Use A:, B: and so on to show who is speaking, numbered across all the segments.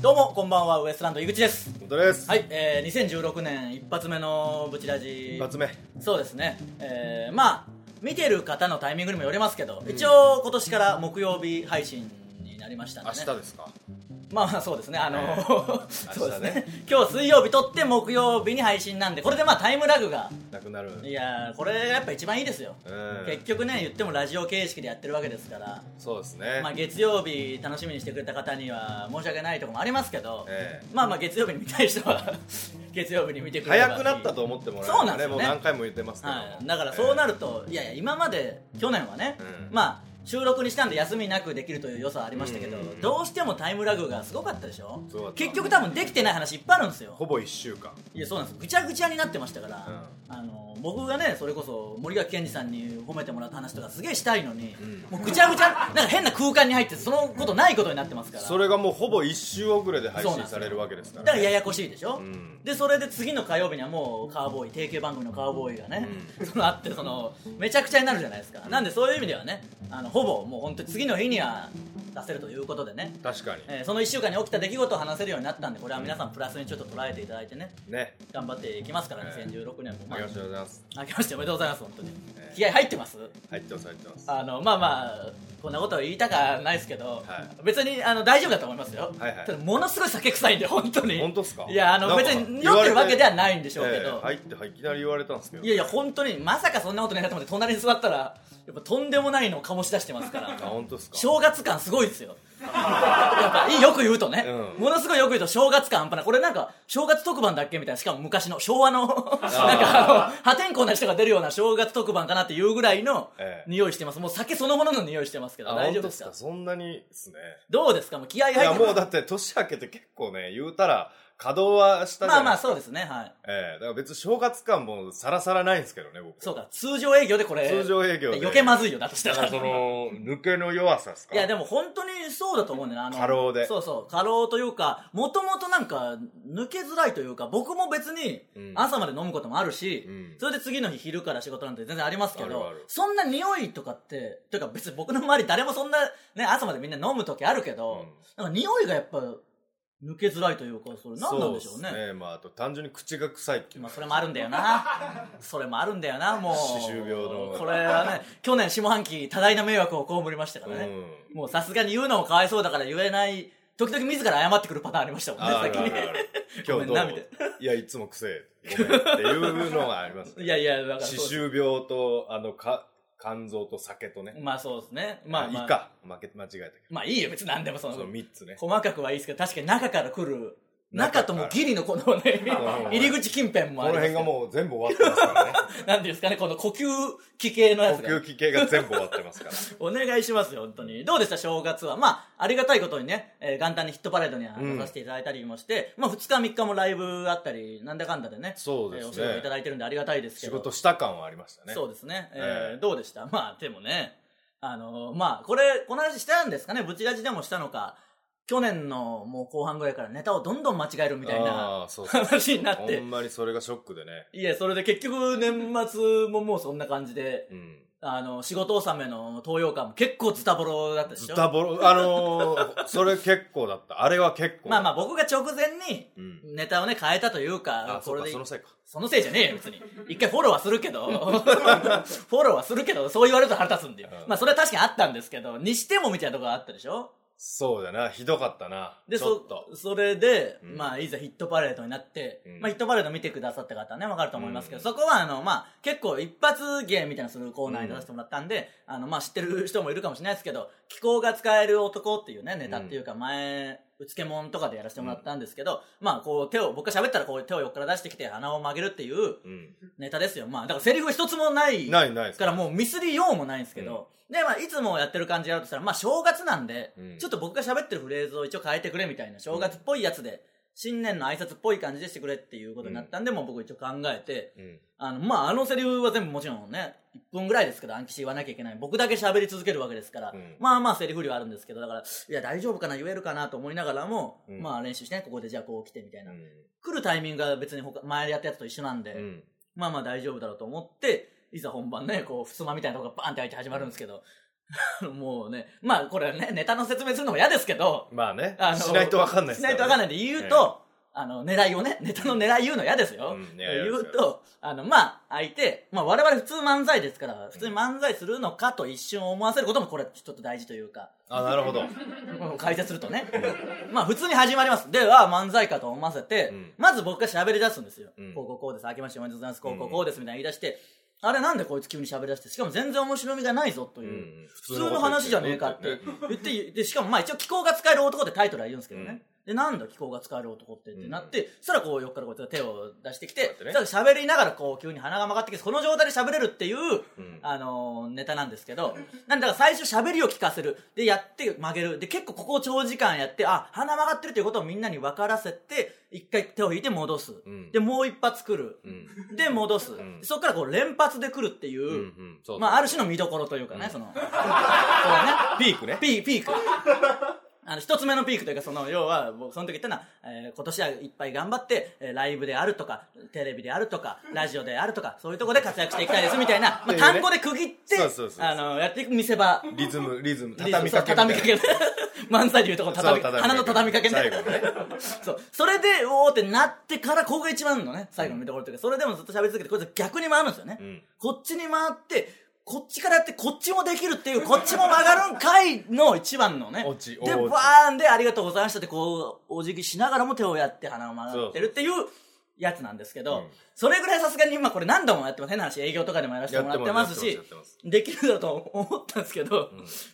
A: どうもこんばんはウエストランド井口です
B: 本当です。
A: はい、えー、2016年一発目のブチラジ
B: 一発目。
A: そうですねえー、まあ見てる方のタイミングにもよりますけど、一応今年から木曜日配信になりましたんで
B: 明
A: ね
B: 日ですか。
A: まあまあそうですねあの、
B: え
A: そうですね
B: 明日
A: 今日水曜日撮って木曜日に配信なんでこれでまあタイムラグが
B: なくなる。
A: いやーこれがやっぱ一番いいですよ、
B: うん
A: 結局ね言ってもラジオ形式でやってるわけですから
B: そうですね。
A: まあ、月曜日楽しみにしてくれた方には申し訳ないところもありますけど、
B: ええ
A: まあまあ月曜日に見たい人は 月曜日に見てくれれば
B: 早くなったと思ってもらえ
A: そうなんですよね
B: もう何回も言ってますけども。
A: はい、だからそうなると、いやいや今まで去年はね、
B: うん
A: まあ収録にしたんで休みなくできるという良さはありましたけど、
B: うんうんうん
A: どうしてもタイムラグがすごかったでしょ
B: そうだった
A: 結局多分できてない話いっぱいあるんです
B: えー
A: よ
B: ほぼ一週間。
A: いやそうなんですぐちゃぐちゃになってましたから、あの僕がねそれこそ森脇健児さんに褒めてもらった話とかすげえしたいのに、もうぐちゃぐちゃなんか変な空間に入ってそのことないことになってますから
B: それがもうほぼ一週遅れで配信されるわけですか
A: だ
B: ら、ね。
A: からややこしいでしょ、
B: うん
A: でそれで次の火曜日にはもうカウボーイ定型番組のカウボーイがね、そのあってそのめちゃくちゃになるじゃないですか、なんでそういう意味ではねあのほぼもう本当に次の日には出せるということでね、
B: 確かに。
A: えーその1週間に起きた出来事を話せるようになったんでこれは皆さんプラスにちょっと捉えていただいてね
B: ね。
A: 頑張っていきますから
B: ええ
A: 2016年も、
B: あ
A: まあ
B: りがとうございます。
A: 明けましておめでとうございます本当に、
B: ええ
A: 気合入ってます
B: 入ってます入ってます。
A: あのまあまあこんなことは言いたかないですけど、
B: はい
A: 別にあの大丈夫だと思いますよ、
B: はいはい
A: ただものすごい酒臭いんで本当に
B: 本当ですか。
A: いやあ
B: な
A: の
B: んか
A: 別に酔ってるわけではないんでしょうけ
B: ええ
A: ど、
B: 入ってはいいきなり言われたんですけど。
A: いやいや本当にまさかそんなことないなと思って隣に座ったらやっぱとんでもないのを醸し出してます か
B: あ
A: ら
B: 本当ですか。
A: 正月感すごいですよやっぱよく言うとね、
B: うん
A: ものすごいよく言うと正月感半端ないこれなんか正月特番だっけみたいなしかも昔の昭和の なんかあの破天荒な人が出るような正月特番かなっていうぐらいの
B: ええ
A: 匂いしてますもう酒そのものの匂いしてますけど
B: あ
A: 大
B: 本
A: 丈
B: 当
A: 夫で
B: ですす
A: か
B: か。そんなにですね。
A: どうですかもう気合い
B: いや
A: 入って
B: もう
A: ま
B: だって年明けて結構ね言うたら稼働はし
A: す
B: たじ
A: ま
B: ゃ
A: あま
B: な
A: あ
B: いですか。
A: そうですねはい
B: ええだから別に正月感もさらさらないんですけどね僕。
A: そうか通常営業でこれ
B: 通常営業で
A: 余計まずいよだとした
B: だかららそ の抜けの弱さですか
A: いやでも本当にそうだと思うんだよなあの
B: 過労で
A: そうそう過労というかもともとなんか抜けづらいというか僕も別に
B: うん
A: 朝まで飲むこともあるし、
B: うん
A: それで次の日昼から仕事なんて全然ありますけど
B: あるある
A: そんな匂いとかってというか別に僕の周り誰もそんな、ね、朝までみんな飲む時あるけど、なんか匂いがやっぱ抜けづらいというかそれ何なんでしょうね
B: そっすまああと単純に口が臭いっていう
A: ま
B: の
A: あ、それもあるんだよな それもあるんだよなもう
B: 歯周病の
A: これはね去年下半期多大な迷惑を被りましたからね、
B: う
A: もうさすがに言うのもかわいそうだから言えない時々自ら謝ってくるパターンありましたもんね
B: ああ
A: 先
B: るある ある今
A: ごめ
B: 日
A: ん
B: ど
A: なみたいう
B: いやいつも臭いごめんっていうのはあります
A: に
B: ね
A: いやいやだから
B: 歯
A: そう
B: 周病とあのか肝臓と酒とね
A: まあそうですねまあまあ
B: いいか負け間違えたけ
A: まあいいよ別に何でもそ
B: ど
A: の
B: その3つね
A: 細かくはいいですけど確かに中から来る中
B: 中から
A: ともギリのこのね
B: ん
A: 入り口近辺も
B: こ
A: あ
B: の
A: ります
B: 辺
A: け
B: が
A: ど
B: もう全部終わってま すからね
A: なんていうんですかねこの呼吸器系のやつ
B: 呼
A: が
B: 吸器系が全部終わってますから
A: お願いしますよ本当にどうでした正月はまあありがたいことにね、えー元旦にヒットパレードには
B: うん
A: 出させていただいたりもして、まあ2日3日もライブあったりなんだかんだでね
B: そうです
A: えー
B: ね
A: お仕事いただいてるんでありがたいですけ
B: 仕
A: ど
B: 事した感はありましたね
A: そうですね、えー
B: ええ
A: どうでした まあでもねあのまあこれこの話したんですかねブチラジでもしたのか去年のもう後半ぐらいからネタをどんどん間違えるみたいな
B: あーそう そう
A: 話になっ
B: ほ
A: て
B: んまにそれがショックでね
A: いやそれで結局年末ももうそんな感じで
B: うん
A: あの仕事納めの東洋館も結構ズタボロだったでし
B: ズ
A: ょ
B: タボロ、あ のー、それ結構だった。あれは結構。
A: まあまあ僕が直前に
B: うん。
A: ネタをね変えたというか
B: あ、そうか、
A: で
B: そのせいか。
A: そのせいじゃねえよ、別に。一回フォローはするけど、フォローはするけど、そう言われると腹立つんだよ。
B: うん
A: まあ、それは確かにあったんですけど、にしてもみたいなとこがあったでしょ
B: そうだな、ひどかったな。
A: で、
B: ちょっ
A: そ
B: と。、
A: それで、
B: うん
A: まあ、いざヒットパレードになって、
B: うん
A: まあ、ヒットパレード見てくださった方はね、わかると思いますけど、
B: うん
A: そこは、あの、まあ、結構一発芸みたいなのするコーナーに出させてもらったんで、あの、まあ、知ってる人もいるかもしれないですけど、気候が使える男っていうね、ネタっていうか、前、うつけもんとかでやらせてもらったんですけど、まあ、こう、手を、僕が喋ったらこう、手を横から出してきて、鼻を曲げるっていう、
B: うん。
A: ネタですよ。まあ、だからセリフ一つもない。
B: ないないです
A: からもうミスりようもないんですけど、で、まあ、いつもやってる感じやるとしたら、まあ、正月なんで、
B: うん
A: ちょっと僕が喋ってるフレーズを一応変えてくれみたいな、正月っぽいやつで、新年の挨拶っぽい感じでしてくれっていうことになったんで、もう僕一応考えて、
B: うん。
A: あの、まあ、あのセリフは全部もちろんね、1分ぐらいですけど、暗記して言わなきゃいけない。僕だけ喋り続けるわけですから、
B: うん
A: まあまあセリフ量あるんですけど、だから、いや、大丈夫かな、言えるかなと思いながらも、
B: うん
A: まあ、練習してね、ここでじゃあこう来てみたいな。
B: うん
A: 来るタイミングが別に他前やったやつと一緒なんで、
B: うん。
A: まあまあ大丈夫だろうと思って、いざ本番ね、こう、襖みたいなとこがバーンって開いて始まるんですけど、 もうね、まあこれね、ネタの説明するのも嫌ですけど、
B: まあね
A: あの
B: しないとわかんない
A: しないとわかんないいんで言うと、あの、狙いをね、ネ タの狙い言うの嫌ですよ。
B: うんいやいや
A: 言うと、あの、まあ、相手、まあ、我々普通漫才ですから、普通に漫才するのかと一瞬思わせることもこれちょっと大事というか、
B: あなるほど
A: うん解説するとね。まあ普通に始まります。では漫才かと思わせて、
B: うん
A: まず僕が喋り出すんですよ。
B: うん
A: こうこうこうです。明けましておめでとうございます。こうこうこうです。みたいな言い出して、あれなんでこいつ急に喋り出して、しかも全然面白みがないぞと
B: う
A: いう。
B: ん
A: 普通の話じゃねえかって
B: うん
A: 言って、で、しかもまあ一応気候が使える男ってタイトルは言うんですけどね。で、なんだ気候が使える男ってってなって、そしたらこう横からこうやって手を出してきて、
B: こうやっ
A: そ
B: て
A: したら喋りながらこう急に鼻が曲がってきて、その状態で喋れるっていう、
B: うん
A: あのーネタなんですけど、なんだから最初喋りを聞かせる。で、やって曲げる。で、結構ここを長時間やって、あ、鼻曲がってるということをみんなに分からせて、一回手を引いて戻す。
B: うん
A: で、もう一発来る。
B: うん
A: で、戻す。
B: ん
A: そっからこう連発で来るっていう、
B: うんうんそうそう
A: まあ、ある種の見どころというかね、その、 こうね、
B: ピークね
A: ピー、ピ ーク。あの、一つ目のピークというか、その、要は、僕、その時言ったのは、えー今年はいっぱい頑張って、えーライブであるとか、テレビであるとか、ラジオであるとか、そういうところで活躍していきたいです、みたいな、まあ、
B: ね
A: 単語で区切って
B: そうそうそう、そう
A: あの、やっていく見せ場。
B: リズムリズム畳みかけ
A: そう畳みかけ。 漫才で言うとこ
B: そう
A: 畳み、鼻の畳みかけね
B: 最。後ね
A: そう。それで、おーってなってから、ここが一番のね、最後の見どころというか、それでもずっと喋り続けて、こいつ逆に回るんですよね。
B: うん
A: こっちに回って、こっちからやって、こっちもできるっていう、こっちも曲がるんかいの一番のね。
B: オチ
A: で、
B: オ
A: バ
B: チ
A: ーンで、ありがとうございましたって、こう、お辞儀しながらも手をやって、鼻を曲がってるっていうやつなんですけど、
B: うん
A: それぐらいさすがに今これ何度もやってます。変な話、営業とかでもやらせてもらってますし
B: やってます、
A: できるだと思ったんですけど、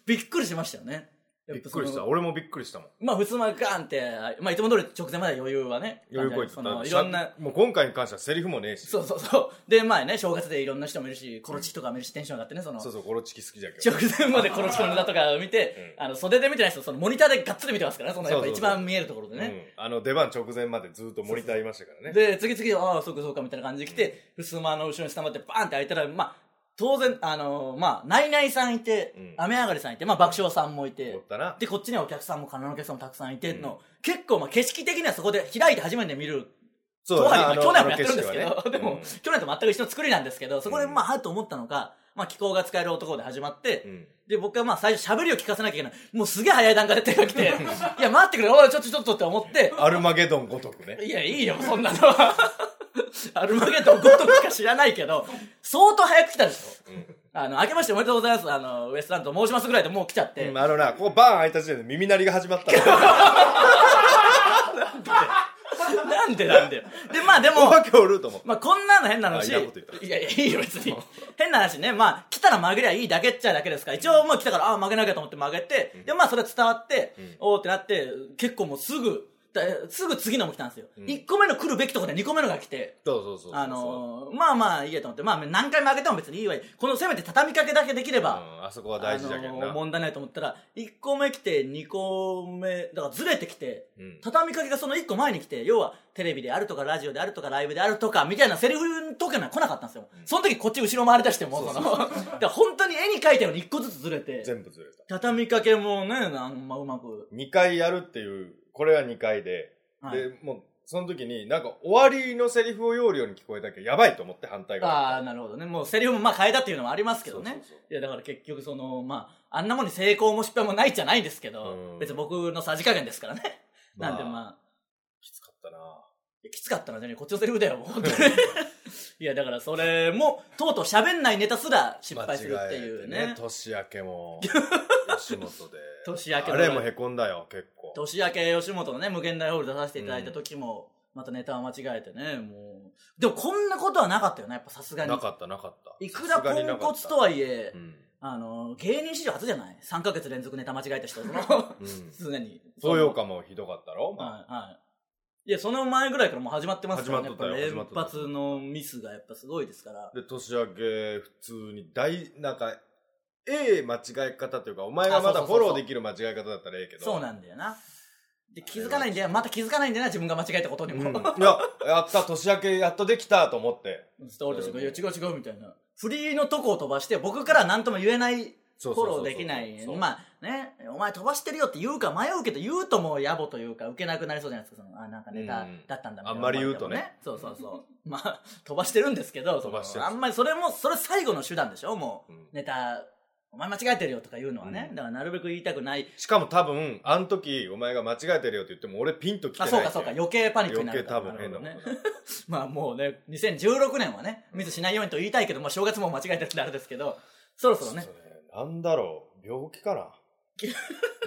A: びっくりしましたよね。
B: びっくりし
A: や
B: た
A: ぱその
B: 俺もびっくりしたもん
A: まあ普通はガーンって、まあいつも通り直前まで余裕はね、
B: 余裕こいて
A: そ
B: た
A: のいろんな、
B: もう今回に関してはセリフもねえし
A: そうそうそう。で、前ね、正月でいろんな人もいるし、コロチキとかもいるし、テンション上がってね、その
B: そ、うそうゴロチキ好きじゃけど
A: 直前までコロチキのネタとかを見て、あの、袖で見てない人、そのモニターでガッツリ見てますからね、そのやっぱ
B: そうそう
A: 一
B: そう
A: 番見えるところでね。
B: うんあの出番直前までずっとモニターいましたからね
A: で、次々、ああ、そうかそうかみたいな感じで来て、ふすまの後ろにスタンバってバーンって開いたら、まあ、当然、あのーまあ、ナイナイさんいて
B: うん、
A: 雨上がりさんいて、まあ、爆笑さんもいて
B: おっ、たな
A: で、こっちにはお客さんも、金のお客さんもたくさんいての、結構、まあ、景色的にはそこで開いて初めて見る
B: そ
A: とはいえま
B: あ
A: あ
B: の
A: 去年もやってるんですけ
B: あの景
A: ど、
B: 色はね
A: でも、去年と全く一緒の作りなんですけど、そこでまあ、はっと思ったのが、まあ、気候が使える男で始まって、
B: うんうん
A: で、僕はまあ、最初喋りを聞かせなきゃいけない。もうすげえ早い段階で手が来て、いや、待ってくれ、おい、ちょっとちょっとって思って、
B: アルマゲドンごとくね
A: いや、いいよ、そんなのは。 アルマゲドンごとくしか知らないけど、相当早く来たでしょ。あの、明けましておめでとうございます。あの、ウエストランドと申しますぐらいでもう来ちゃって。
B: うんあのなここバーン開いた時点で耳鳴りが始まったの
A: なんでなんだよ。で、まあで
B: お
A: も、
B: 化けおると思って
A: まあこんなの変な話。い
B: あ
A: やい
B: いらんこと言った
A: や、いいよ別 に。変な話ね。まあ来たら曲げりゃいいだけっちゃだけですから。一応もう来たから、ああ、曲げなきゃと思って曲げて、で、まあそれ伝わって、おーってなって、結構もうすぐ、だすぐ次のも来たんですよ。1個目の来るべきとこで2個目のが来て、
B: そうそうそうそう
A: あのーまあまあいいやと思って、まあ何回曲げても別にいいわい。このせめて畳みかけだけできれば、
B: うんあそこは大事じゃけん
A: あの
B: な
A: 問題ないと思ったら1個目来て2個目だからずれてきて、
B: うん
A: 畳みかけがその1個前に来て要はテレビであるとかラジオであるとかライブであるとかみたいなセリフとかが来なかったんですよ、その時こっち後ろ回り出してもそのだ から本当に絵に描いたように1個ずつずれて
B: 全部ずれた
A: 畳みかけもねなん、まあ、うまく
B: 2回やるっていうこれは2回で
A: はい
B: でもうその時になんか終わりのセリフを要領に聞こえたけどやばいと思って反対
A: あ
B: 側
A: あなるほどねもうセリフもまあ変えたっていうのもありますけどね
B: そうそう
A: いやだから結局そのまああんなもんに成功も失敗もないじゃないですけど、
B: うん
A: 別に僕のさじ加減ですからね、
B: まあ
A: なんでまあ
B: きつかったない
A: やきつかったな、じゃねこっちのセリフだよ、もう本当に。 いや、だからそれも、とうとう喋んないネタすら失敗するっていう
B: 間違え
A: ね
B: て。年明 けも吉本で
A: 年明け
B: あれもへこんだよ結構
A: 年明け吉本のね、無限大ホール出させていただいた時も、またネタを間違えてね、もう。でもこんなことはなかったよね、やっぱさすがに
B: な。かったなかった
A: いくらポンコツとはいえ、
B: うん
A: あの、芸人史上初じゃない ?3 ヶ月連続ネタ間違えた人、その、
B: うん
A: 常に。
B: 東洋館もひどかったろ、まあ
A: はい、はい。いや、その前ぐらいからもう始まってますからね、や
B: 始
A: っ
B: ま
A: ぱ
B: っとった
A: 連
B: よ
A: 発のミスがやっぱすごいですから。
B: で年明け普通に大なんかええ間違え方というかお前がま
A: あそ
B: だ
A: う
B: フ
A: そう
B: ォ
A: そうそう
B: ローできる間違え方だったらええけど
A: そうなんだよな。で、気づかないんだよ。また気づかないんだよな、自分が間違えたことにも。
B: うんいややった年明けやっとできたと思って
A: そして俺たちが、いや、違う違う、みたいな。フリーのとこを飛ばして、僕からは何とも言えない、フ
B: そ
A: ォ
B: うそうそう
A: ロ
B: そ
A: ー
B: う
A: できない。
B: そう
A: まあね、お前飛ばしてるよって言うか迷うけど、言うともう野暮というか、受けなくなりそうじゃないですか。そのあ、なんかネタだったんだみたいな
B: うんあんまり言うとね
A: 思われても。そうそうそう。まあ、飛ばしてるんですけど、その
B: 飛ばしてる
A: あんまりそれも、それ最後の手段でしょ、もう。
B: うん
A: ネタお前間違えてるよとか言うのはね、
B: うん
A: だからなるべく言いたくない。
B: しかも多分、あの時、お前が間違えてるよって言っても、俺ピンと来て
A: あ、
B: ない。
A: そうかそうか、余計パニックにな
B: 余
A: る
B: 計
A: から
B: 多分変
A: な
B: なも
A: る
B: ん
A: ほどね。まあもうね、2016年はね、ミスしないようにと言いたいけど、まあ正月も間違えてるんであれですけど、そろそろね
B: ちょ、っとねなんだろう、病気か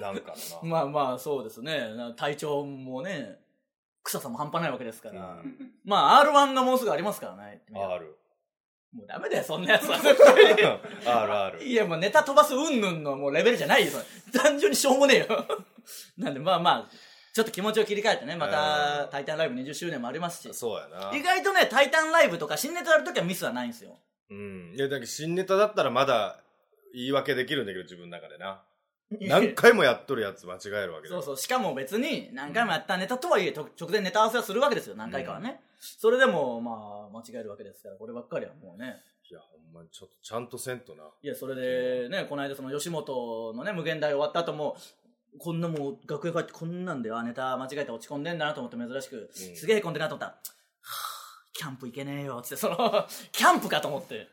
B: ななんか のな。
A: まあまあそうですね、な体調もね、臭さも半端ないわけですから、
B: うん
A: まあ R1 がもうすぐありますからね。
B: R。
A: もうダメだよ、そんなやつは。
B: R、R。
A: いや、もうネタ飛ばすうんぬんのもうレベルじゃないよ、それ単純にしょうもねえよ。 なんで、まあまあ、ちょっと気持ちを切り替えてね、また、
B: うん
A: タイタンライブ20周年もありますし、
B: そうやな。
A: 意外とね、タイタンライブとか新ネタやるときはミスはないんですよ。
B: うん。いや、だけど新ネタだったらまだ言い訳できるんだけど、自分の中でな。
A: なん
B: 何回もやっとるやつ間違えるわけだ
A: そ
B: よ
A: うそう、しかも別に何回もやったネタとはいえ、と直前ネタ合わせはするわけですよ、何回かはね。それでも、まあ、間違えるわけですから、こればっかりはもうね。
B: いや、ほんまにちょっとちゃんとせんとな。
A: いや、それでね、この間その吉本のね、無限大終わった後も、こんなもう楽屋帰ってこんなんで、あ、ネタ間違えて落ち込んでんだなと思って珍しく、
B: うん
A: すげえへこんでるなと思ったら、はぁキャンプ行けねえよ、つって、その、キャンプかと思って。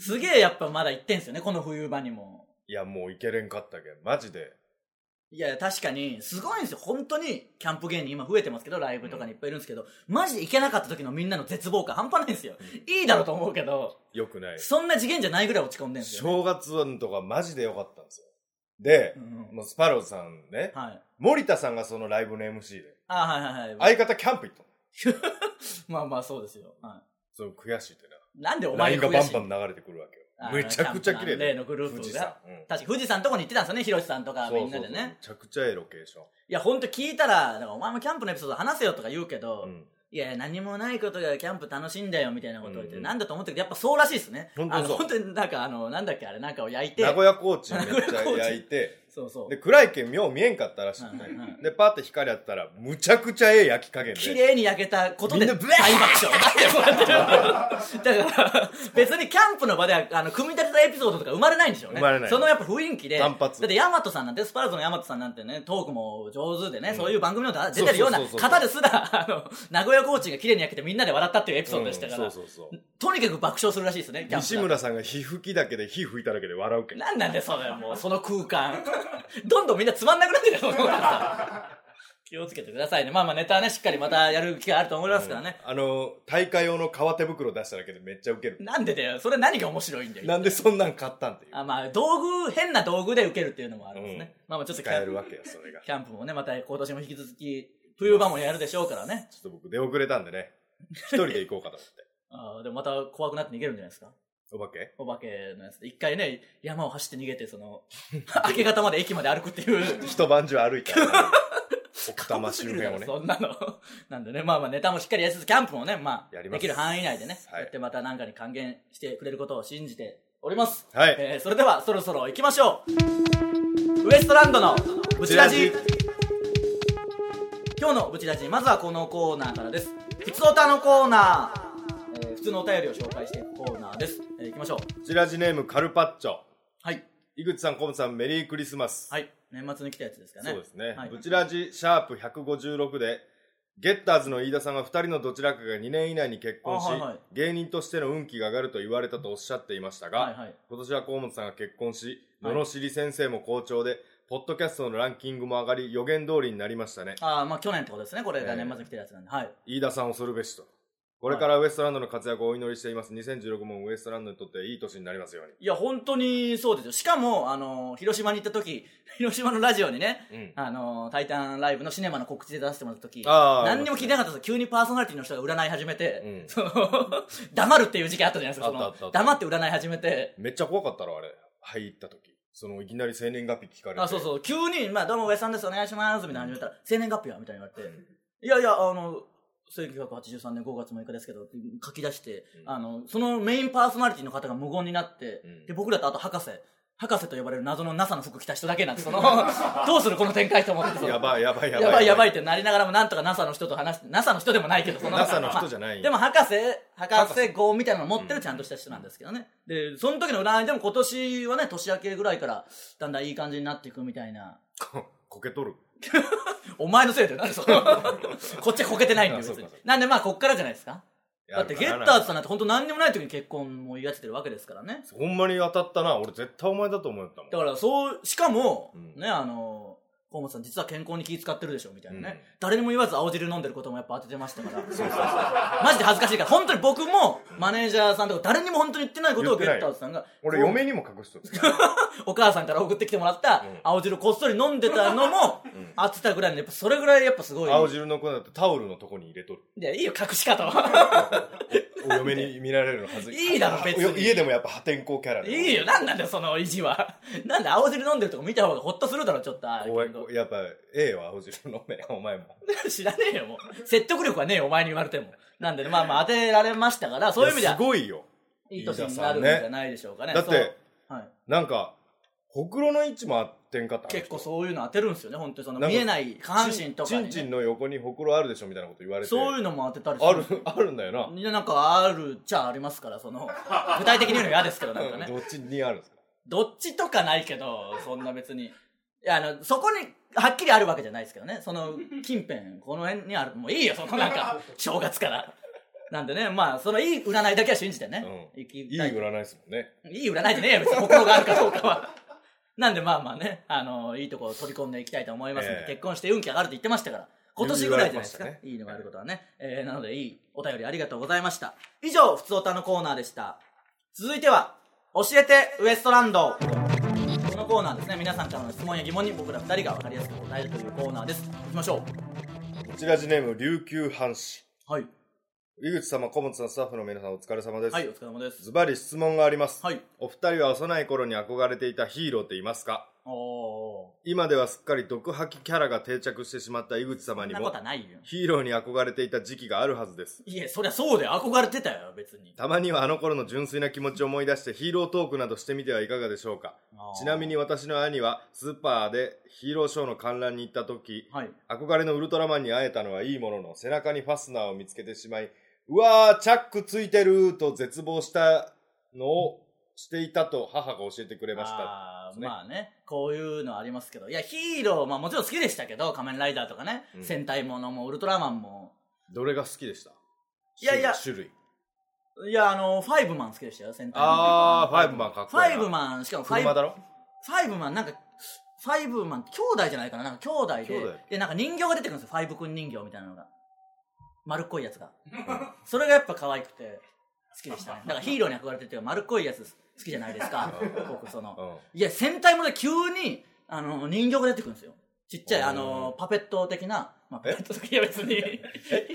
A: すげえやっぱまだ行ってんすよね、この冬場にも。
B: いや、もういけれんかったけん。マジで。
A: いや、確かに、すごいんですよ。本当に、キャンプ芸人今増えてますけど、ライブとかにいっぱいいるんですけど、マジで行けなかった時のみんなの絶望感半端ないんですよ。いいだろうと思うけど、
B: よくない。
A: そんな次元じゃないぐらい落ち込んでんすよね、
B: 正月のとかマジでよかったんですよ。で
A: う、んうん
B: もうスパローズさんね、
A: はい。
B: 森田さんがそのライブの MC で、
A: あ、はいはいはい。
B: 相方キャンプ行ったの。
A: まあまあそうですよ。は
B: その悔しいって
A: い、なんで
B: な。
A: お
B: ライ
A: 前
B: ン
A: が
B: が
A: 悔
B: バ
A: し
B: ン
A: い
B: バン流れてくるわ
A: あ
B: けよ。めちゃくちゃ綺
A: キャ
B: 麗
A: ンプ
B: だ
A: のグループが
B: 富士山。うん
A: 確か富士山のとこに行ってたんですよね、広瀬さんとかみんなでね。
B: そうそうそうめちゃくちゃええロケーション。
A: いや、ほんと聞いたら、だからお前もキャンプのエピソード話せよとか言うけど、
B: うん
A: いやいや、何もないことがキャンプ楽しいんだよみたいなことを言って、
B: うん
A: なんだと思ったけど、やっぱそうらしいですね。
B: ほんとにそう
A: あの本当になんかあの、なんだっけあれ、なんかを焼いて
B: 名、古屋コーチめっ
A: 名
B: ちゃ
A: 古屋コーチ
B: 焼いて、
A: そうそう
B: で、。暗いけんよう見えんかったらしい
A: うんうんう
B: ね。で、パって光やったら、むちゃくちゃええ焼き加減
A: 綺
B: で。
A: 麗に焼けたことで
B: みん
A: 大爆
B: なブ
A: 笑。なんでこうやってるだから、別にキャンプの場では、あの、組み立てたエピソードとか生まれないんでしょうね。
B: 生まれない
A: そのやっぱ雰囲気で。
B: 単発
A: だって、ヤマトさんなんて、スパルトのヤマトさんなんてね、トークも上手でね、
B: うん
A: そういう番組の出てるような
B: そうそうそうそう
A: 方ですら、あの、名古屋コーチが綺麗に焼けてみんなで笑ったっていうエピソードでしたから、
B: うんそうそうそう。
A: とにかく爆笑するらしいですね、キャンプだと
B: 西村さんが火吹きだけで火吹いただけで笑うけん。
A: なんなんだよ、それ、も う、その空間。どんどんみんなつまんなくなってるよ、その空間 気をつけてくださいね。まあまあ、ネタはね、しっかりまたやる機会あると思いますからね。
B: うんあの、大会用の革手袋出しただけでめっちゃウケる。
A: なんでだよ、それ何が面白いんだよ。
B: なんでそんなん買ったんっていう。
A: あまあ、道具、変な道具で受けるっていうのもあるんですね。まあまあ、ちょっとキ
B: 使え
A: ャ
B: るわけよ、それが。ち
A: キャンプもね、また今年も引き続き、冬場もやるでしょうからね。
B: ょっと僕出遅れたんでね、一人で行こうかと思って。
A: あーでもまた怖くなって逃げるんじゃないですか。
B: お化け
A: お化けのやつで。一回ね、山を走って逃げて、そ の、明け方まで駅まで歩くっていう。
B: 一晩中歩いたら、奥多摩周辺を
A: 過酷すぎ
B: ね
A: るだ。 ろそんなの。なんでね、まあまあネタもしっかりやりつつ、キャンプもね、まあ、
B: やり
A: で
B: ま
A: すきる範囲内でね、
B: はい
A: やってまたなんかに還元してくれることを信じております。
B: はい
A: えーそれではそろそろ行きましょう。ウエストランドのブチラジ。今日のブチラジ、まずはこのコーナーからです。普通おたのコーナー。えー普通のお便りを紹介していくコーナーです。えー行きましょう。
B: チラジネームカルパッチョ。
A: はい。
B: 井口さん、コムさん、メリークリスマス。
A: はい。年末に来たやつですかね。
B: そうですね。
A: はい
B: ブチラジシャープ156で、ゲッターズの飯田さんが2人のどちらかが2年以内に結婚し、
A: あはいはい
B: 芸人としての運気が上がると言われたとおっしゃっていましたが、
A: はいはい。
B: 今年は河本さんが結婚し、
A: はい
B: 罵り先生も好調で、ポッドキャストのランキングも上がり、予言通りになりましたね。
A: ああ、まあ去年ってことですね。これが年末に来てるやつなんで。はい。
B: 飯田さん恐るべしと。これからウエストランドの活躍をお祈りしています。2016もウエストランドにとっていい年になりますよう
A: いや、本当にそうですよ。しかも、あの、広島に行った時、 広島のラジオにね、
B: に。うん。
A: あの、タイタンライブのシネマの告知で出してもらった時、
B: あー
A: 何にも聞いてなかったんですよ。急にパーソナリティの人が占い始めて、
B: うん
A: その、 黙るっていう時期あったじゃないですか。そ
B: あったあったあ
A: の
B: った
A: 黙って占い始めて、
B: めっちゃ怖かったろ、あれ。入った時。その、いきなり生年月日聞かれて。
A: あ、そうそう、急に、まあ、どうも上さんです、お願いします、みたいなの始めたら、生年月日はみたいに言われて、いやいや、あの、1983年5月6日ですけど、書き出して、
B: うん
A: あの、そのメインパーソナリティの方が無言になって、
B: うん
A: で、僕らとあと博士、博士と呼ばれる謎の NASA の服着た人だけなんて、 その、どうするこの展開と思って、その
B: やばいやばいやばい。
A: やばいやばいってなりながらも、なんとか NASA の人と話して、NASA の人でもないけど、そ
B: NASA の人じゃない
A: まあでも博士、博士号みたいなの持ってるちゃんとした人なんですけどね。で、その時の占いでも今年はね、年明けぐらいから、だんだんいい感じになっていくみたいな。
B: ここけとる。
A: お前のせいで、なんでそのこっちはこけてないんだよ、
B: あそう
A: 別
B: か
A: に
B: そうか。
A: なんでまあ、こっからじゃないですか。だってゲッターズさんなんて本当何にもない時に結婚も言い当ててるわけですからね
B: ほんまに当たったな。俺絶対お前だと思ったもん。
A: だからそうしかも、
B: うん
A: ねあの河本さん実は健康に気使ってるでしょみたいなね、
B: うん
A: 誰にも言わず青汁飲んでることもやっぱ当ててましたからマジで恥ずかしいから本当に僕もマネージャーさんとか誰にも本当に言ってないことをゲ
B: 言ってな
A: ッター
B: い
A: ズさんが
B: 俺
A: こう
B: 嫁にも隠しとる。
A: お母さんから送ってきてもらった
B: うん
A: 青汁こっそり飲んでたのも
B: ん
A: 当てたぐらいのやっぱそれぐらいやっぱすごい
B: 青汁の粉だってタオルのとこに入れとる。
A: いやいいよ隠し方は
B: お嫁に見られるのはず
A: いいだろ別に
B: お家でもやっぱ破天荒キャラ
A: い
B: で
A: いよなんなんだよその意地はなんで青汁飲んでるとこ見た方がホッとするだろちょっとあー
B: おいおいやっぱええよ青汁飲めお前も
A: 知らねえよもう説得力はねえよお前に言われてもなんでねまあまあ当てられましたからそういう意味で
B: や
A: は
B: すごいよ
A: いい年になるんじゃないでしょうかね
B: だって
A: そうはい、
B: なんかほくろの位置もあってんかった
A: 結構そういうの当てるんですよね本当にそ
B: な
A: の
B: んか
A: 見えない下半身とかに、
B: ちんちん
A: ね、
B: の横にほくろあるでしょみたいなこと言われて
A: そういうのも当てたり
B: あるあるんだよな、
A: いやなんかあるっちゃありますからその具体的に言うの嫌ですけどなんかね
B: どっちにあるんですか
A: どっちとかないけど、そんな別に。いや、あの、そこに、はっきりあるわけじゃないですけどね。その、近辺、この辺にある。もういいよ、そのなんか、正月から。なんでね、まあ、そのいい占いだけは信じてね。
B: うん
A: 行き
B: いい
A: たい
B: 占いですもんね
A: いい占いじゃねえよ、別に心があるかどうかは。なんでまあまあね、あの、いいとこを取り込んでいきたいと思いますんで、
B: ええ
A: 結婚して運気上がるって言ってましたから、今年ぐらいじゃないですか。
B: 言われましたね
A: いいのがあることはね。えー、なのでいいお便りありがとうございました。以上、ふつおたのコーナーでした。続いては、教えてウエストランド。このコーナーですね、皆さんからの質問や疑問に僕ら二人が分かりやすく答えるというコーナーです。行きましょ
B: こちらジネーム琉球藩士
A: う。はい。
B: 井口様小本さんスタッフの皆さんお疲れ様です、
A: はい、お疲れ様です。
B: ズバリ質問があります、
A: はい。
B: お二人は幼い頃に憧れていたヒーローっていますか
A: おー。
B: 今ではすっかり毒吐きキャラが定着してしまった井口様
A: そん
B: に
A: なこ
B: も
A: とはないよ。
B: ヒーローに憧れていた時期があるはずです
A: いえ、そりゃそうだよ。憧れてたよ、別に。
B: たまにはあの頃の純粋な気持ちを思い出してヒーロートークなどしてみてはいかがでしょうかちなみに私の兄はスーパーでヒーローショーの観覧に行った時
A: はい。
B: 憧れのウルトラマンに会えたのはいいものの背中にファスナーを見つけてしまいうわーチャックついてると絶望したのをしていたと母が教えてくれました
A: あー
B: ね
A: まあね、こういうのありますけど。いや、ヒーロー、まあもちろん好きでしたけど、仮面ライダーとかね、
B: うん
A: 戦隊ものもウルトラマンも。
B: どれが好きでした
A: いやいや
B: 種類
A: いや、あの、ファイブマン好きでしたよ、戦隊もの
B: あーファイブマンかっ
A: フ
B: こいい
A: ァイブ
B: ン
A: マン、しかもファイブ、
B: 車
A: フ
B: だろ
A: ァイブマン、なんか、ファイブマン、兄弟じゃないかな、なんか兄弟で、
B: 兄弟
A: で、なんか人形が出てくるんですよ、ファイブくん人形みたいなのが。丸っこいやつが。 それがやっぱ可愛くて、好きでしたね。 だからヒーローに憧れてて、丸っこいやつ好きじゃないですか、僕その。
B: うん
A: いや、戦隊もね、急に、あの、人形が出てくるんですよ。ちっちゃい、
B: おー
A: あの、パペット的な、まあ、パペット的には別 に、い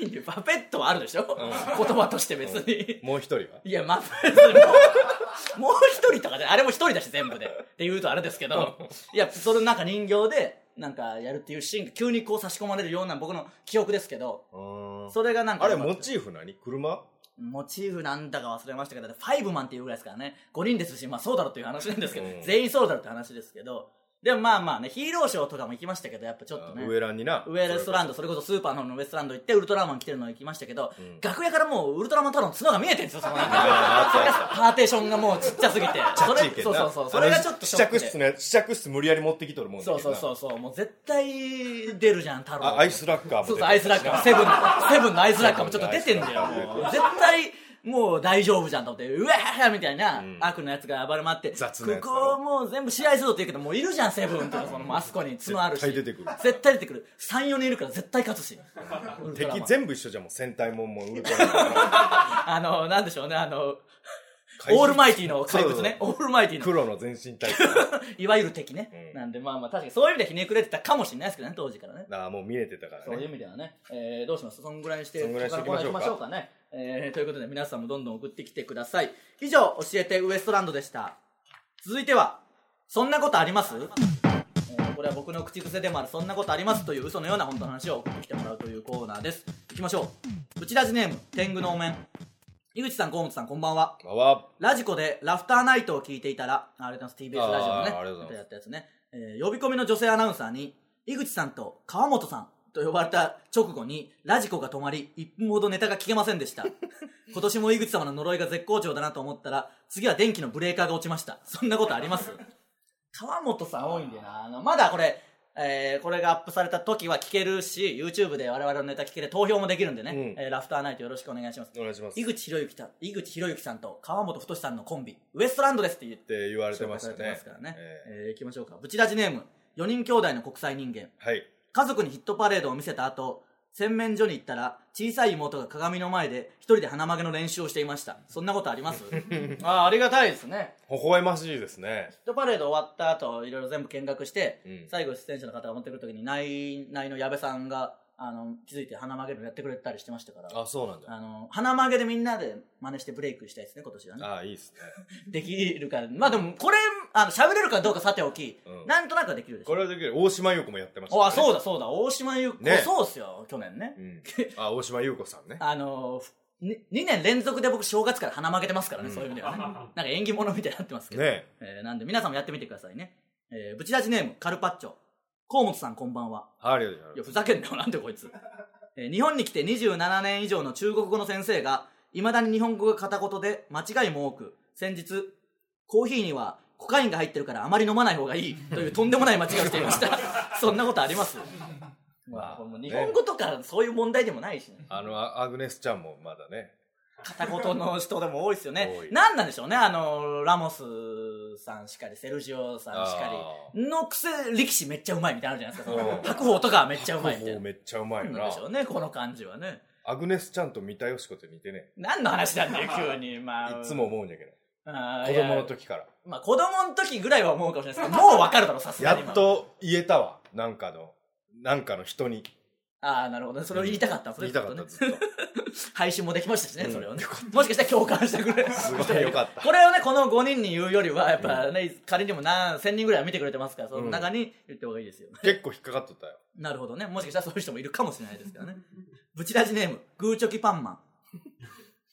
A: いんだよパペットはあるでしょ、言葉として別に。
B: もう一人はい
A: や、まあ、別にも うもう一人とかで、あれも一人だし、全部で。って言うとあれですけど、いや、そのなんか人形で、なんかやるっていうシーンが急にこう差し込まれるような僕の記憶ですけど、それがなんか、
B: あれモチーフ何車
A: モチーフなんだか忘れましたけど、だってファイブマンっていうぐらいですからね、5人ですし、まあそうだろうっていう話なんですけど、
B: うん
A: 全員そうだろうって話ですけど、でもまあまあね、ヒーローショーとかも行きましたけど、やっぱちょっとね、
B: ウエランにな
A: ウエストランド、それこそスーパーの方のウエストランド行って、ウルトラマン来てるの行きましたけど、
B: うん
A: 楽屋からもうウルトラマン太郎の角が見えてるんですよ、そのなんか
B: あ。
A: それ
B: ーあ
A: が
B: ったあ
A: パーテーションがもうちっちゃ すぎて。それそうそうそう。それがちょっとシ
B: 試
A: ョック
B: 着
A: で
B: 室ね試着室無理やり持ってきとるもんだけ
A: そ
B: ど
A: う
B: な
A: そうそうそう。もう絶対出るじゃん、太郎。
B: あアイスラッカーも
A: そうそ
B: 出て
A: う、
B: る
A: アイスラッカーも、セブン、セブンのアイスラッカーもちょっと出てんだよ。
B: セブンのアイスラッカーも
A: もう絶対、もう大丈夫じゃんと思って、うわーみたいな、
B: ん
A: 悪のやつが暴れ回って、
B: 雑なやつだ
A: こ
B: ろ
A: こもう全部試合するぞって言うけど、もういるじゃん、セブンとか、その、もうあそこに角あるし。
B: 絶対出てくる
A: 絶対出てくる。3、4人いるから絶対勝つし。ウルトラマン
B: 敵全部一緒じゃんもう戦隊もんもウルトラマンも
A: あの、なんでしょうね、あの、
B: 怪 獣
A: オールマイティの怪物ね。
B: そう
A: オールマイティの。
B: 黒の全身タイプ
A: いわゆる敵ね。
B: うん
A: なんで、まあまあ、確かにそういう意味ではひねくれてたかもしれないですけどね、当時からね。
B: ああもう見えてたから
A: そういう
B: ね
A: 意味ではね、えーどうしますそんぐらいにして、
B: そんぐらいにしていきましょうか
A: 他のコーナー行きましょうかね。えーということで皆さんもどんどん送ってきてください。以上、教えてウエストランドでした。続いては、そんなことありますえーこれは僕の口癖でもある、そんなことありますという嘘のような本当の話を送ってきてもらうというコーナーです。行きましょう。うちラジネーム、天狗のお面。井口さん、河本さん、こんばんは。
B: まあわ
A: ラジコでラフターナイトを聞いていたら、あありがとうございます。TBS ラジオのね、
B: あーありがとうございます
A: やったやつね、えー呼び込みの女性アナウンサーに、井口さんと川本さんと呼ばれた直後に、ラジコが止まり、1分ほどネタが聞けませんで した。今年も井口様の呪いが絶好調だなと思ったら、次は電気のブレーカーが落ちました。そんなことあります川本さん多いんだよな。あの、まだこれ、えーこれがアップされた時は聞けるし、YouTube で我々のネタ聞けて投票もできるんでね、
B: うん
A: えーラフターナイトよろしくお願いします。
B: お願いします。
A: 井
B: っ
A: 口博之さん、井口博之さんと川本太さんのコンビ、ウエストランドですって言って
B: て言われて
A: 紹
B: ま
A: 介
B: し
A: されて
B: た
A: ま
B: ね
A: す。からね。
B: え
A: えー行きましょうか。ブチラジネーム、4人兄弟の国際人間。
B: ーはい。
A: 家族にヒットパレードを見せた後、洗面所に行ったら、小さい妹が鏡の前で一人で鼻曲げの練習をしていました。そんなことあります あーありがたいですね。
B: 微笑ましいですね。
A: ヒットパレード終わった後、いろいろ全部見学して、
B: うん
A: 最後出演者の方が持ってくるときに、内、内の矢部さんが、あの、気づいて鼻曲げるのやってくれたりしてましたから。
B: あ、そうなんだ。
A: あの、鼻曲げでみんなで真似してブレイクしたいですね、今年はね。
B: あ、いいですね。
A: できるから。まあでも、これ、あの、喋れるかどうかさておき、
B: うん
A: なんとなくはできるでし
B: こ
A: ょ。
B: れはできる。大島優子もやってました、ね。
A: おあ、そう
B: だ。
A: だそうだ、大島優子、
B: ね
A: そうっすよ、去年ね。
B: うん。あ、大島優子さんね。
A: あの、2年連続で僕正月から鼻曲げてますからね、そういう意味で はね。なんか縁起物みたいになってますけど。
B: ね
A: えーなんで皆さんもやってみてくださいね。えー、ブチラジネーム、カルパッチョ。河本さんこんばんは。
B: あるよねあ
A: い
B: る
A: や、ふざけんなよ、なんでこいつ。えー日本に来て27年以上の中国語の先生が、いまだに日本語が片言で間違いも多く、先日、コーヒーにはコカインが入ってるからあまり飲まない方がいいというとんでもない間違いをしていました。 そんなことありますまあ、これもう日本語とかそういう問題でもないしね。
B: あの、あアグネスちゃんもまだね。
A: 片言の人でも多いですよね
B: 多。い
A: なんなんでしょうね、あの、ラモスさんしかり、セルジオさんしかり、のくせ、力士めっちゃうまいみたいなのあるじゃないですか
B: う。ん
A: 白鵬とかめっちゃうまいみたい
B: もう
A: な。
B: めっちゃうまい
A: なん
B: よ
A: なん
B: な
A: でし。ょうね、この感じはね。
B: アグネスちゃんと三田佳子って似てね。
A: 何の話なんだよ、急に。まあ。
B: いつも思うんやけど。
A: あー。
B: 子供の
A: いや
B: 時から。
A: まあ、子供の時ぐらいは思うかもしれないですけど、もう分かるだろ、さすが
B: や
A: に。
B: っ。と言えたわ。なんかの、なんかの人に。
A: ああ、なるほどね。それを言いたかった。それ
B: 言いたかった、ずっと。
A: 配信もできましたしね、
B: うん
A: それをね。もしかしたら共感してくれる。
B: すごいよかった。
A: これをね、この5人に言うよりは、やっぱね、仮にも何、1000人ぐらいは見てくれてますから、その中に言った方がいいですよ。
B: 結構引っかかっとったよ。
A: なるほどね。もしかしたらそういう人もいるかもしれないですからね。ブチラジネーム、グーチョキパンマン。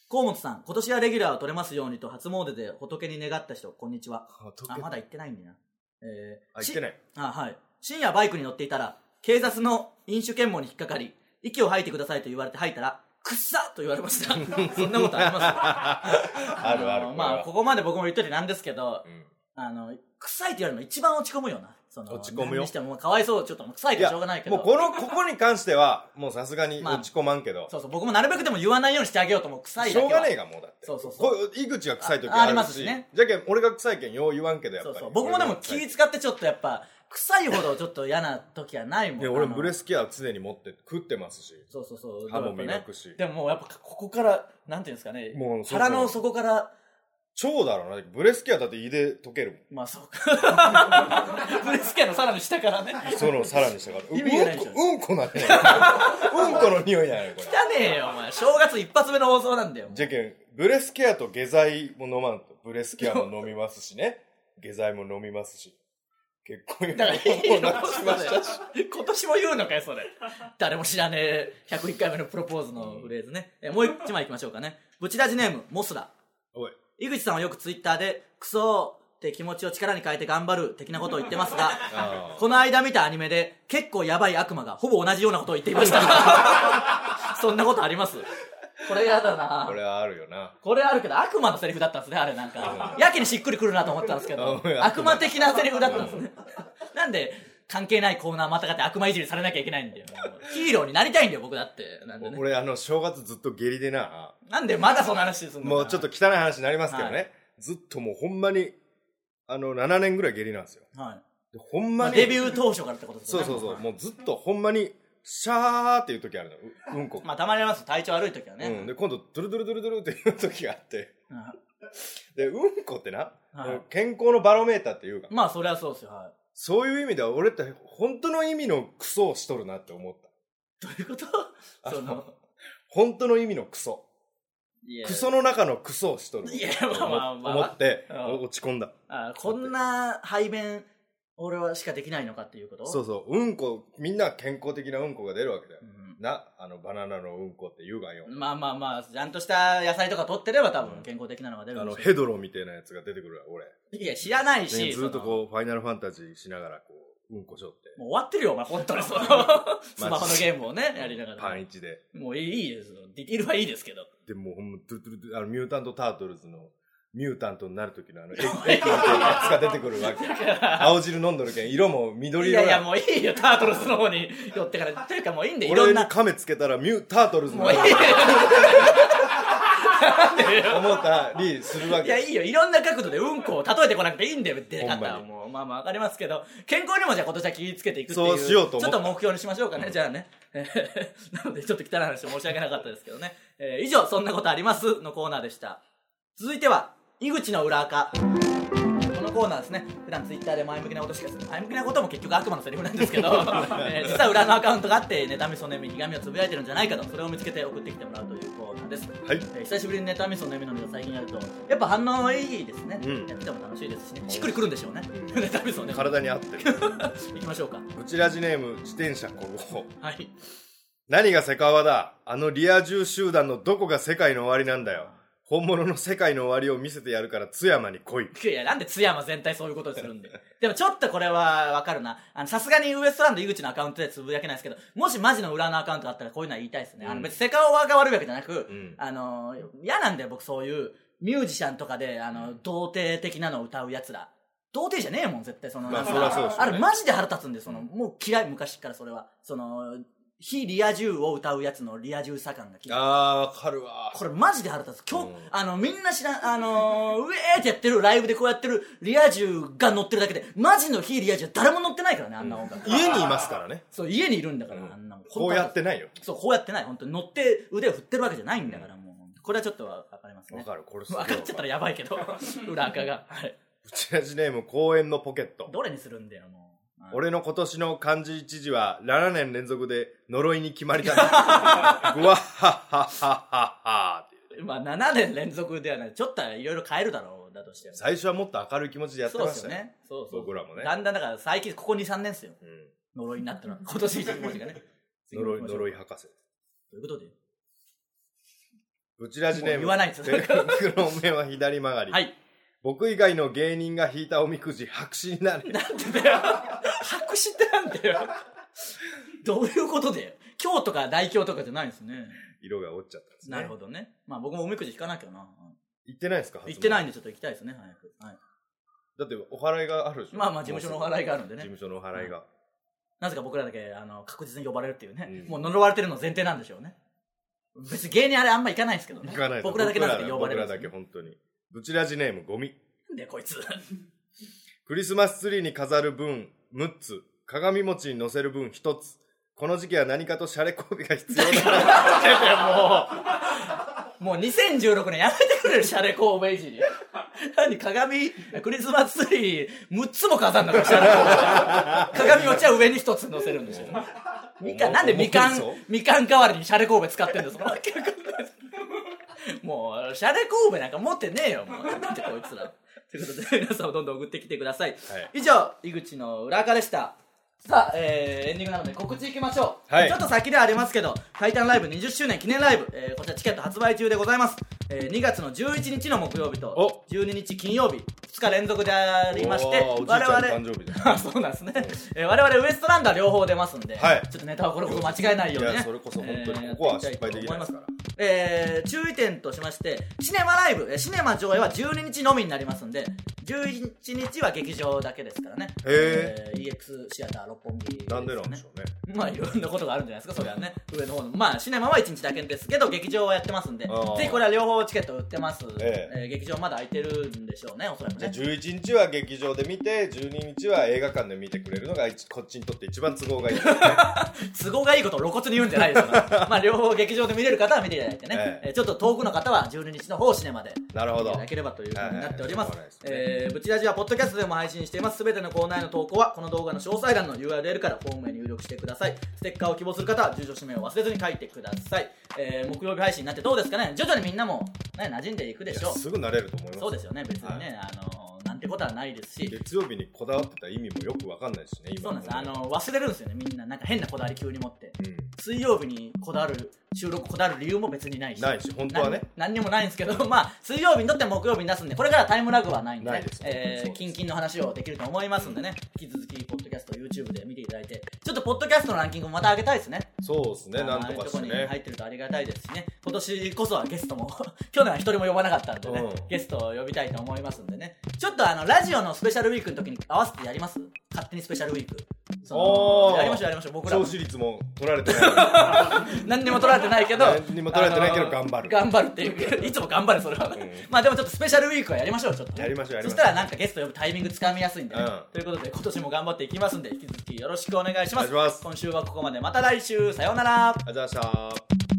A: 河本さん、今年はレギュラーを取れますようにと初詣で仏に願った人、こんにちは。あ、まだ行ってないんだな。えー、
B: あ、言ってない。
A: あはい深夜バイクに乗っていたら警察の飲酒検問に引っかかり息を吐いてくださいと言われて吐いたらくっさと言われま したそんなことあります
B: あるある。
A: の
B: れ
A: まあ
B: は
A: ここまで僕も言っといてなんですけど
B: うん
A: あの臭いって言われるの一番落ち込むよなその
B: 落ち込むよ
A: 何にしてもまあかわいそうちょっともう臭い
B: い
A: から
B: や
A: しょうがないけど
B: もうこの、ここに関しては、もうさすがに
A: まあ
B: 落ち込まんけど、
A: そうそう僕もなるべくでも言わないようにしてあげようともう臭い
B: し
A: だけ
B: ょ
A: は
B: うがねえがもうだって。
A: そうそうそう
B: こ井口が臭い時
A: あ
B: あ
A: あり
B: る
A: ます
B: し、
A: しね
B: じゃけん、俺が臭いけんよう言わんけど、やっ
A: そ
B: ぱ
A: う
B: り。
A: そう僕もでも気使ってちょっとやっぱ臭いほどちょっと嫌な時はないもん
B: いや、俺
A: あの
B: ブレスケア常に持って食ってますし、
A: そうそうそう
B: 歯も
A: どうや
B: 磨
A: ってね
B: くし。
A: でももうやっぱここからなんていうんですかね
B: もうそうそう
A: 腹の底から
B: 超だろうな。ブレスケアだって胃で溶け る
A: まあそうか ブレスケのさらに下からね
B: もん。その、さらにしたから。
A: 意味がないじゃん
B: うんこ、うんこなんじゃないうんこの匂いなんやねこれ。
A: 汚ねえよお前正月一発目の放送なんだよ
B: じゃけん、ブレスケアと下剤も飲まんと。ブレスケアも飲みますし ね。下剤も飲みますし。結婚
A: だからいい
B: も
A: の
B: なくし ましたし。
A: それ今年も言うのかよそれ誰も知らねえ101回目のプロポーズのフレーズね、えもう一枚いきましょうかねブチラジネームモスラ
B: おい。
A: 井口さんはよくツイッターでクソーって気持ちを力に変えて頑張る的なことを言ってますが
B: あ
A: この間見たアニメで結構やばい悪魔がほぼ同じようなことを言っていました そんなことありますこれやだ
B: あ。
A: な
B: これはあるよな。
A: これあるけど悪魔のセリフだったんですねあれなんかやけにしっくりくるなと思ったんですけど
B: うん
A: 悪魔的なセリフだったんですねなんで関係ないコーナーまたがって悪魔いじりされなきゃいけないんだよヒーローになりたいんだよ僕だってなんでね
B: 俺、あの、正月ずっと下痢でな。
A: なんでまだその話すんの
B: もうちょっ
A: と、
B: と汚い話になりますけど
A: は
B: ね。ずっともうほんまに、あの、7年ぐらい下痢なんですよ。
A: はい
B: でほん
A: まあ、
B: まに。
A: デビュー当初からってことです
B: そ
A: よ
B: う
A: ね
B: そうそう。もうずっとほんまに、シャーっていう時あるの。ううんこ。
A: まあたまにあります体調悪い時はね、
B: うん。で、今度、ドゥルドゥルドゥルドゥルっていう時があって。で、うんこってな、
A: はい
B: 健康のバロメーターっていうか、
A: まあそれはそうですよはい
B: そういう意味では俺って本当の意味のクソをしとるなって思った。
A: どういう こと
B: あ
A: その
B: 本当の意味のクソ。
A: いや
B: クソの中のクソをしとる。
A: いやまあまあまあ
B: 思って、
A: うん
B: 落ち込んだ。
A: あこんな排便俺はしかできないのかっていうこと、
B: そううそう。うんこ、みんな健康的なうんこが出るわけだよ。
A: ん、
B: な、あの、バナナのうんこって言うがよ。
A: まあまあまあちゃんとした野菜とか取ってれば多分健康的なのが出る
B: あ
A: ん
B: の、
A: でしょ
B: ヘドロみたいなやつが出てくるわ、俺。
A: ういや知らない
B: ね
A: し
B: ずっ
A: そ
B: と
A: の
B: こう、ファイナルファンタジーしながら、こう、うんこしょって。
A: もう終わってるよお前本当に その スマホのゲームをねやりなが
B: パ
A: ら
B: ン1で。
A: もういいですよディティールはいいですけど
B: でもうほんま、ドゥルドゥルドゥルあのミュータント・タートルズのミュータントになる時 のあの、え駅みたいなやつが出てくるわけ。青汁飲んどるけん、色も緑
A: い
B: 色
A: やいや、
B: や。
A: もういいよ、タートルズの方に寄ってから。というかもういいんで、いろ
B: 俺
A: ん
B: に
A: な。
B: 亀つけたらミュー、タートルズの
A: もういい よ。
B: 思ったりするわ
A: いや、
B: け。
A: いいよ。いろんな角度でうんこを例えてこなくていいんだよ、出方
B: ほんま
A: は。
B: に
A: もう、まあまあ、わかりますけど、健康にもじゃあ今年は気をつけていくっていう。
B: そうしようと思っ
A: ちょ
B: た
A: っと目標にしましょうかね、じゃあね。えー なので、ちょっと汚い話申し訳なかったですけどね。えー以上、そんなことありますのコーナーでした。続いては、井口の裏垢。このコーナーですね普段ツイッターで前向きなことしか前向きなことも結局悪魔のセリフなんですけ ど、えー実は裏のアカウントがあって妬み嫉み苦みをつぶやいてるんじゃないかとそれを見つけて送ってきてもらうというコーナーです、
B: はい
A: えー久しぶりに妬み嫉みのネタ最近やるとやっぱ反応いいですね、
B: うん
A: やっても楽しいですしねしっくりくるんでしょうね妬み嫉み
B: 体に合ってる。
A: いきましょうか
B: うちラジネーム、自転車こご。
A: はい
B: 何がセカワだあのリア充集団のどこが世界の終わりなんだよ。本物の世界の終わりを見せてやるから津山に来い。
A: いや、なんで津山全体そういうことするんで。 でもちょっとこれはわかるな。あの、さすがにウエストランド井口のアカウントでつぶやけないですけど、もしマジの裏のアカウントだったらこういうのは言いたいですね。あ
B: う
A: の、
B: ん
A: 別にセカオワが悪いわけじゃなく、
B: うん
A: あの、嫌なんだよ、僕そういうミュージシャンとかで、あの、童貞的なのを歌う奴ら。童貞じゃねえもん、絶対その、
B: まあ
A: なんか
B: そりゃそうでしょうね
A: あれマジで腹立つんで、その、もう嫌い、昔からそれは。その、非リア充を歌うやつのリア充さ感が嫌い
B: あー、わかるわ
A: これマジで腹立つ。今日、
B: うん
A: あの、みんな知らん、あのー、うえーってやってるライブでこうやってるリア充が乗ってるだけで、マジの非リア充は誰も乗ってないからね、あんな音楽。
B: 家にいますからね。
A: そう、家にいるんだから、
B: うん
A: あんなもん
B: こうやってないよ。
A: そう、こうやってない。本当に乗って腕を振ってるわけじゃないんだから、もう。これはちょっとわかりますね。
B: わかる、これすごい
A: 分
B: わ。
A: かっちゃったらやばいけど、裏垢が。はい。
B: うちラジネーム公園のポケット。
A: どれにするんだよ、もう。はい
B: 俺の今年の漢字一字は7年連続で呪いに決まり だな。ぐわっはっはっはっはっていう
A: まあ、7年連続ではない。ちょっとはいろいろ変えるだろう、だとしても。
B: 最初はもっと明るい気持ちでやって
A: そう
B: ま
A: で
B: し
A: す
B: た
A: よ
B: よ。
A: ね。そうそう。
B: 僕らもね
A: だんだんだから最近、ここ2、3年ですよ。
B: うん
A: 呪いになったのは今年一文字がね
B: 呪い、呪
A: い
B: い博士。
A: ということで
B: うちラジネーム。
A: もう言わないです
B: 天狗の目は左曲がり。
A: はい
B: 僕以外の芸人が引いたおみくじ白紙になれ。
A: なんでだよ白紙ってなんだよどういうことで今日とか大凶とかじゃないんですね
B: 色が落ちちゃったんですね。
A: なるほどねまあ僕もおみくじ引かなきゃな
B: 行ってないですか。
A: 行ってないいんでちょっと行きたいですね早く、はい、
B: だってお払いがあるでしょ
A: まあまあ事務所のお払いがあるんでね
B: 事務所のお払いが。
A: なぜか僕らだけあの確実に呼ばれるっていうね、
B: うん
A: もう呪われてるの前提なんでしょうね別に芸人あれあんま行かないですけどね
B: 行かないです
A: 僕らだけなんで呼ばれるんで
B: 僕ら
A: す
B: だけ
A: よね
B: 本当に。うちラジネームゴミ。
A: なんでこいつ
B: クリスマスツリーに飾る分6つ、鏡餅に乗せる分1つ。この時期は何かとシャレコびが必要だな。
A: もう2016年やめてくれるシャレ神戸いじり。何鏡、クリスマスツリー6つも飾んだからシャレ神戸。鏡餅は上に1つ載せるんですよ。みかん、なんでみかん
B: 重いぞ、
A: みかん代わりにシャレ神戸使ってんですかもう、シャレ神戸なんか持ってねえよ、もう。なんてこいつら。ということで、皆さんもどんどん送ってきてください。以上、井口の裏垢でした。さあ、えーエンディングなので告知いきましょう、
B: はい
A: ちょっと先ではありますけど「タイタンライブ20周年記念ライブ」えーこちらチケット発売中でございます、えー2月の11日の木曜日と12日金曜日2日連続でありまして
B: おーおじいちゃんの誕生日だ
A: あ そうなんですね、えー我々ウエストランドは両方出ますんで、
B: はい
A: ちょっとネタをこれこそ間違えないようにね
B: いやそれこそ本当に
A: えー
B: ここは
A: やっていきたと思ます
B: 失敗できないですから
A: えー注意点としましてシネマライブえーシネマ上映は12日のみになりますんで11日は劇場だけですからね
B: へ
A: えー EX シアター六本木すね、
B: なんでなんでしょうね。
A: まあいろんなことがあるんじゃないですかそれはね上の方のまあシネマは1日だけですけど劇場はやってますんで
B: あー
A: ぜひこれは両方チケット売ってます、
B: え
A: え
B: え
A: ー劇場まだ空いてるんでしょうねおそらく
B: じゃあ
A: ね
B: 11日は劇場で見て、12日は映画館で見てくれるのが一こっちにとって一番都合がい いですね。
A: 都合がいいことを露骨に言うんじゃないですから、まあ、両方劇場で見れる方は見ていただいてね、
B: え
A: えーちょっと遠くの方は12日の方シネマで
B: なる
A: 見
B: ほ
A: てい
B: ど
A: た。だければというふうになっております
B: はいはいし。ょうがないです
A: えーブチラジはポッドキャストでも配信しています。すべてのコーナーへの投稿は、この動画の詳細欄の URL からフォームへ入力してください。ステッカーを希望する方は、住所氏名を忘れずに書いてください。えー木曜日配信になってどうですかね徐々にみんなも、ね、馴染んでいくでし
B: い
A: ょ
B: や
A: う。
B: すぐ慣れると思います。
A: そうですよね、別にね、あのーなんてことはないですし。
B: 月曜日にこだわってた意味もよくわかんないしね、
A: そ
B: 今
A: うな
B: の
A: ん
B: ね
A: です。あのー忘れるんですよね、みんな。なんか変なこだわり急に持って。
B: うん
A: 水曜日にこだわる収録こだわる理由も別にないし
B: ないし本当はね
A: な何にもないんですけど まあ水曜日にとっては木曜日に出すんでこれからタイムラグはないんで
B: ないです
A: え
B: そ
A: ー、
B: うです
A: キンキンの話をできると思いますんでね引き続きポッドキャスト YouTube で見ていただいてちょっとっとポッドキャストのランキングもまた上げたいですね。
B: そうですね、
A: あ
B: な
A: の
B: んとかし
A: ああいうと
B: て
A: こに
B: ね。
A: 入ってるとありがたいですしね。今年こそはゲストも、 去年は一人も呼ばなかったんでね、
B: うん
A: ゲストを呼びたいと思いますんでね。ちょっとあの、ラジオのスペシャルウィークの時に合わせてやります勝手にスペシャルウィーク。そ
B: おー
A: のやりましょうやりましょう。僕ら
B: 聴
A: も
B: 取率も取られてない。
A: 何にも取られてないけど、
B: 何にも取られてないけど
A: あの
B: 頑張る
A: 頑張るって いう。いつも頑張る、それは。
B: ん
A: まあでもちょっとスペシャルウィークはやりましょう、ちょっとね。
B: やりましょうやりましょう
A: そしたらなんかゲスト呼ぶタイミングつかみやすいんでね。
B: うん
A: ということで、今年も頑張っていきますんで、引き続きよろしくお願いします。
B: お願いします
A: 今週はここまで。また来週、さようなら。
B: ありがとうございました。